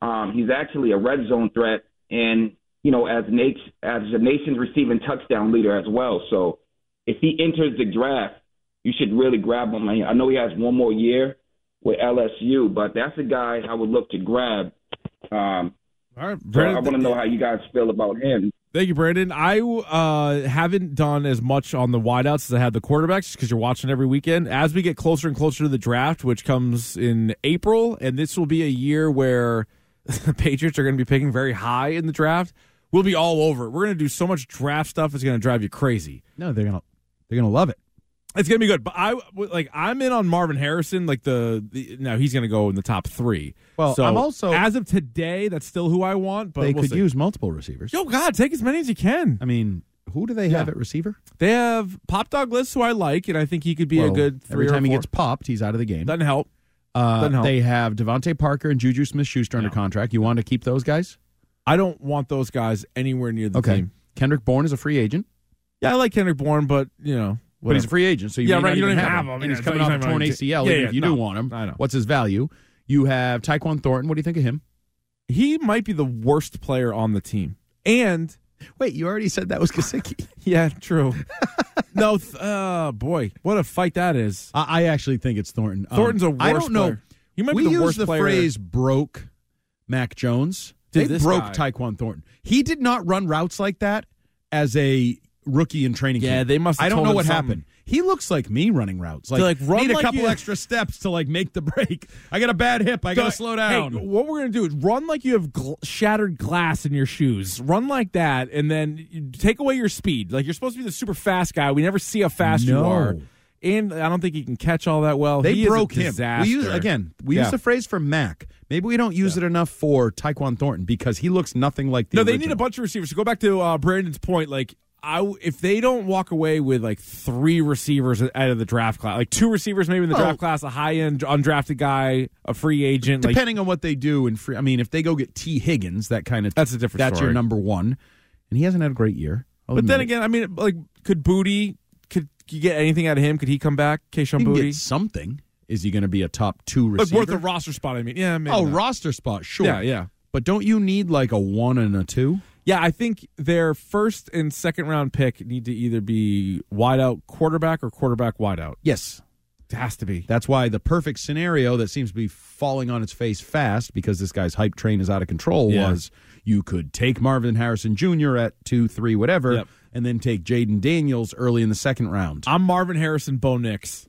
Um, he's actually a red zone threat, and you know, as Nate, as the nation's receiving touchdown leader as well. So, if he enters the draft, you should really grab him. I I know he has one more year with LSU, but that's a guy I would look to grab. Um,
All right,
so I
Brandon.
want to know how you guys feel about him.
Thank you, Brandon. I uh, haven't done as much on the wideouts as I had the quarterbacks because you're watching every weekend. As we get closer and closer to the draft, which comes in April, and this will be a year where the Patriots are going to be picking very high in the draft. We'll be all over. it. We're going to do so much draft stuff. It's going to drive you crazy.
No, they're gonna they're gonna love it.
It's going to be good. But I like I'm in on Marvin Harrison. Like the, the now he's going to go in the top three.
Well,
so
I'm also-
as of today, that's still who I want. But
they
we'll
could
see.
use multiple receivers.
Yo, God, take as many as you can.
I mean, who do they have at receiver?
They have Pop Dog List, who I like, and I think he could be
Well,
a good
Every
three or
time he
four.
gets popped, he's out of the game.
Doesn't help.
Uh,
doesn't help.
They have Devontae Parker and Juju Smith Schuster under contract. You want to keep those guys?
I don't want those guys anywhere near the
Okay.
team.
Kendrick Bourne is a free agent,
Yeah, I like Kendrick Bourne, but you know,
but he's
whatever.
a free agent, so you
Yeah,
may
right,
not
you don't
even
even have
him.
him.
And
Yeah,
he's
so
coming
he's
off a
not
torn
even-
ACL.
Yeah,
even
yeah,
if you
no.
do want him,
I know.
what's his value? You have Tyquan Thornton. What do you think of him?
he might be the worst player on the team. And
Wait, you already said that was Kasicki.
yeah, true. no, th- uh, boy, what a fight that is.
I, I actually think it's Thornton. Um,
Thornton's a worst
I don't know.
player. He might
we
be the
use
worst
the
player.
phrase "broke Mac Jones."
To
they
this
broke
guy.
Tyquan Thornton. He did not run routes like that as a rookie in training
Yeah,
camp.
they must have
I don't
told
know
him
what
something.
happened. He looks like me running routes. Like,
They're like, "Run
need a
like
couple
you-
extra steps to like make the break. I got a bad hip. I got to slow down.
Hey, what we're gonna do is run like you have gl- shattered glass in your shoes. Run like that, and then you take away your speed. Like you're supposed to be the super fast guy. We never see how fast you
No.
are. And I don't think he can catch all that well.
They
He is a
broke him.
disaster.
We use again. We
Yeah.
use the phrase for Mac. Maybe we don't use it enough for Tyquan Thornton because he looks nothing like the.
No, they need a
original.
bunch of receivers. So go back to uh, Brandon's point. Like, I w- if they don't walk away with like three receivers out of the draft class, like two receivers maybe in the
Well-
draft class, a high end undrafted guy, a free agent, like
depending on what they do in free. I mean, if they go get T. Higgins, that kind of
That's a different
That's
story.
your number one, and he hasn't had a great year. I'll
But
admit
then
it.
again, I mean, like, could Booty could you get anything out of him? Could he come back, Keishon
he can
Booty?
get something. Is he going to be a top two
Like
receiver?
worth a roster spot. I mean, yeah, maybe
oh
not.
roster spot, sure.
Yeah, yeah.
But don't you need like a one and a two?
yeah. I think their first and second round pick need to either be wideout quarterback or quarterback wideout.
Yes,
It has to be.
that's why the perfect scenario that seems to be falling on its face fast because this guy's hype train is out of control
Yeah.
was you could take Marvin Harrison Jr. at two, three, whatever,
Yep.
and then take Jaden Daniels early in the second round.
I'm Marvin Harrison, Bo Nix.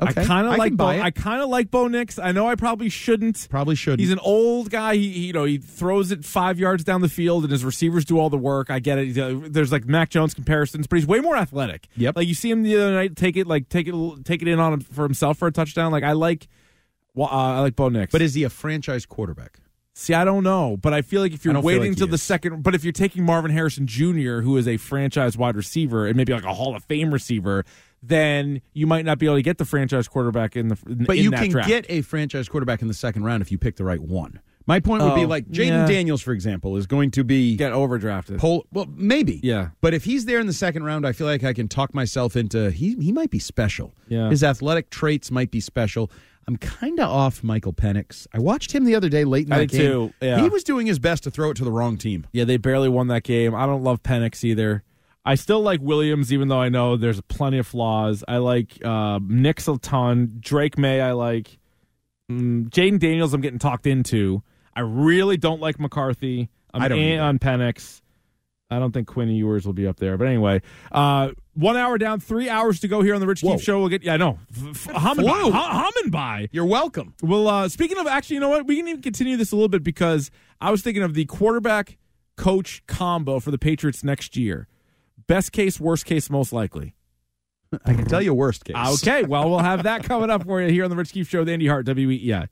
I kind of
can
like Bo.
buy it.
I kind of like Bo Nix. I know I probably shouldn't.
Probably shouldn't.
He's an old guy. He, he, you know, he throws it five yards down the field, and his receivers do all the work. I get it. He's, uh, There's like Mac Jones comparisons, but he's way more athletic.
Yep.
Like you see him the other night, take it like take it take it in on him for himself for a touchdown. Like I like, well, uh, I like Bo Nix.
But is he a franchise quarterback?
see, I don't know, but I feel like
I
if you're
don't feel
waiting
like he
until the
is.
second, but if you're taking Marvin Harrison Jr., who is a franchise wide receiver and maybe like a Hall of Fame receiver. Then you might not be able to get the franchise quarterback in the.
But
in
you
that
can
draft.
get a franchise quarterback in the second round if you pick the right one. My point would be
Oh,
like Jaden
yeah.
Daniels, for example, is going to be
get overdrafted.
pol- well, maybe.
Yeah.
But if he's there in the second round, I feel like I can talk myself into he he might be special.
Yeah.
His athletic traits might be special. I'm kind of off Michael Penix. I watched him the other day late in
I
that
did
game.
too, yeah.
He was doing his best to throw it to the wrong team.
Yeah, they barely won that game. I don't love Penix either. I still like Williams, even though I know there's plenty of flaws. I like uh, Nix a ton. Drake May, I like. Mm, Jaden Daniels, I'm getting talked into. I really don't like McCarthy. I'm
I don't
in
either.
on Penix. I don't think Quinn Ewers will be up there. But anyway, uh, one hour down, three hours to go here on the Rich
Whoa.
Keefe Show. We'll get, yeah, I know. F- f- humming, by,
flew.
hu- humming by.
You're welcome.
Well, uh, speaking of, actually, you know what? We can even continue this a little bit because I was thinking of the quarterback coach combo for the Patriots next year. Best case, worst case, most likely.
I can tell you worst case.
Okay, well, we'll have that coming up for you here on the Rich Keefe Show with Andy Hart, E WEEI.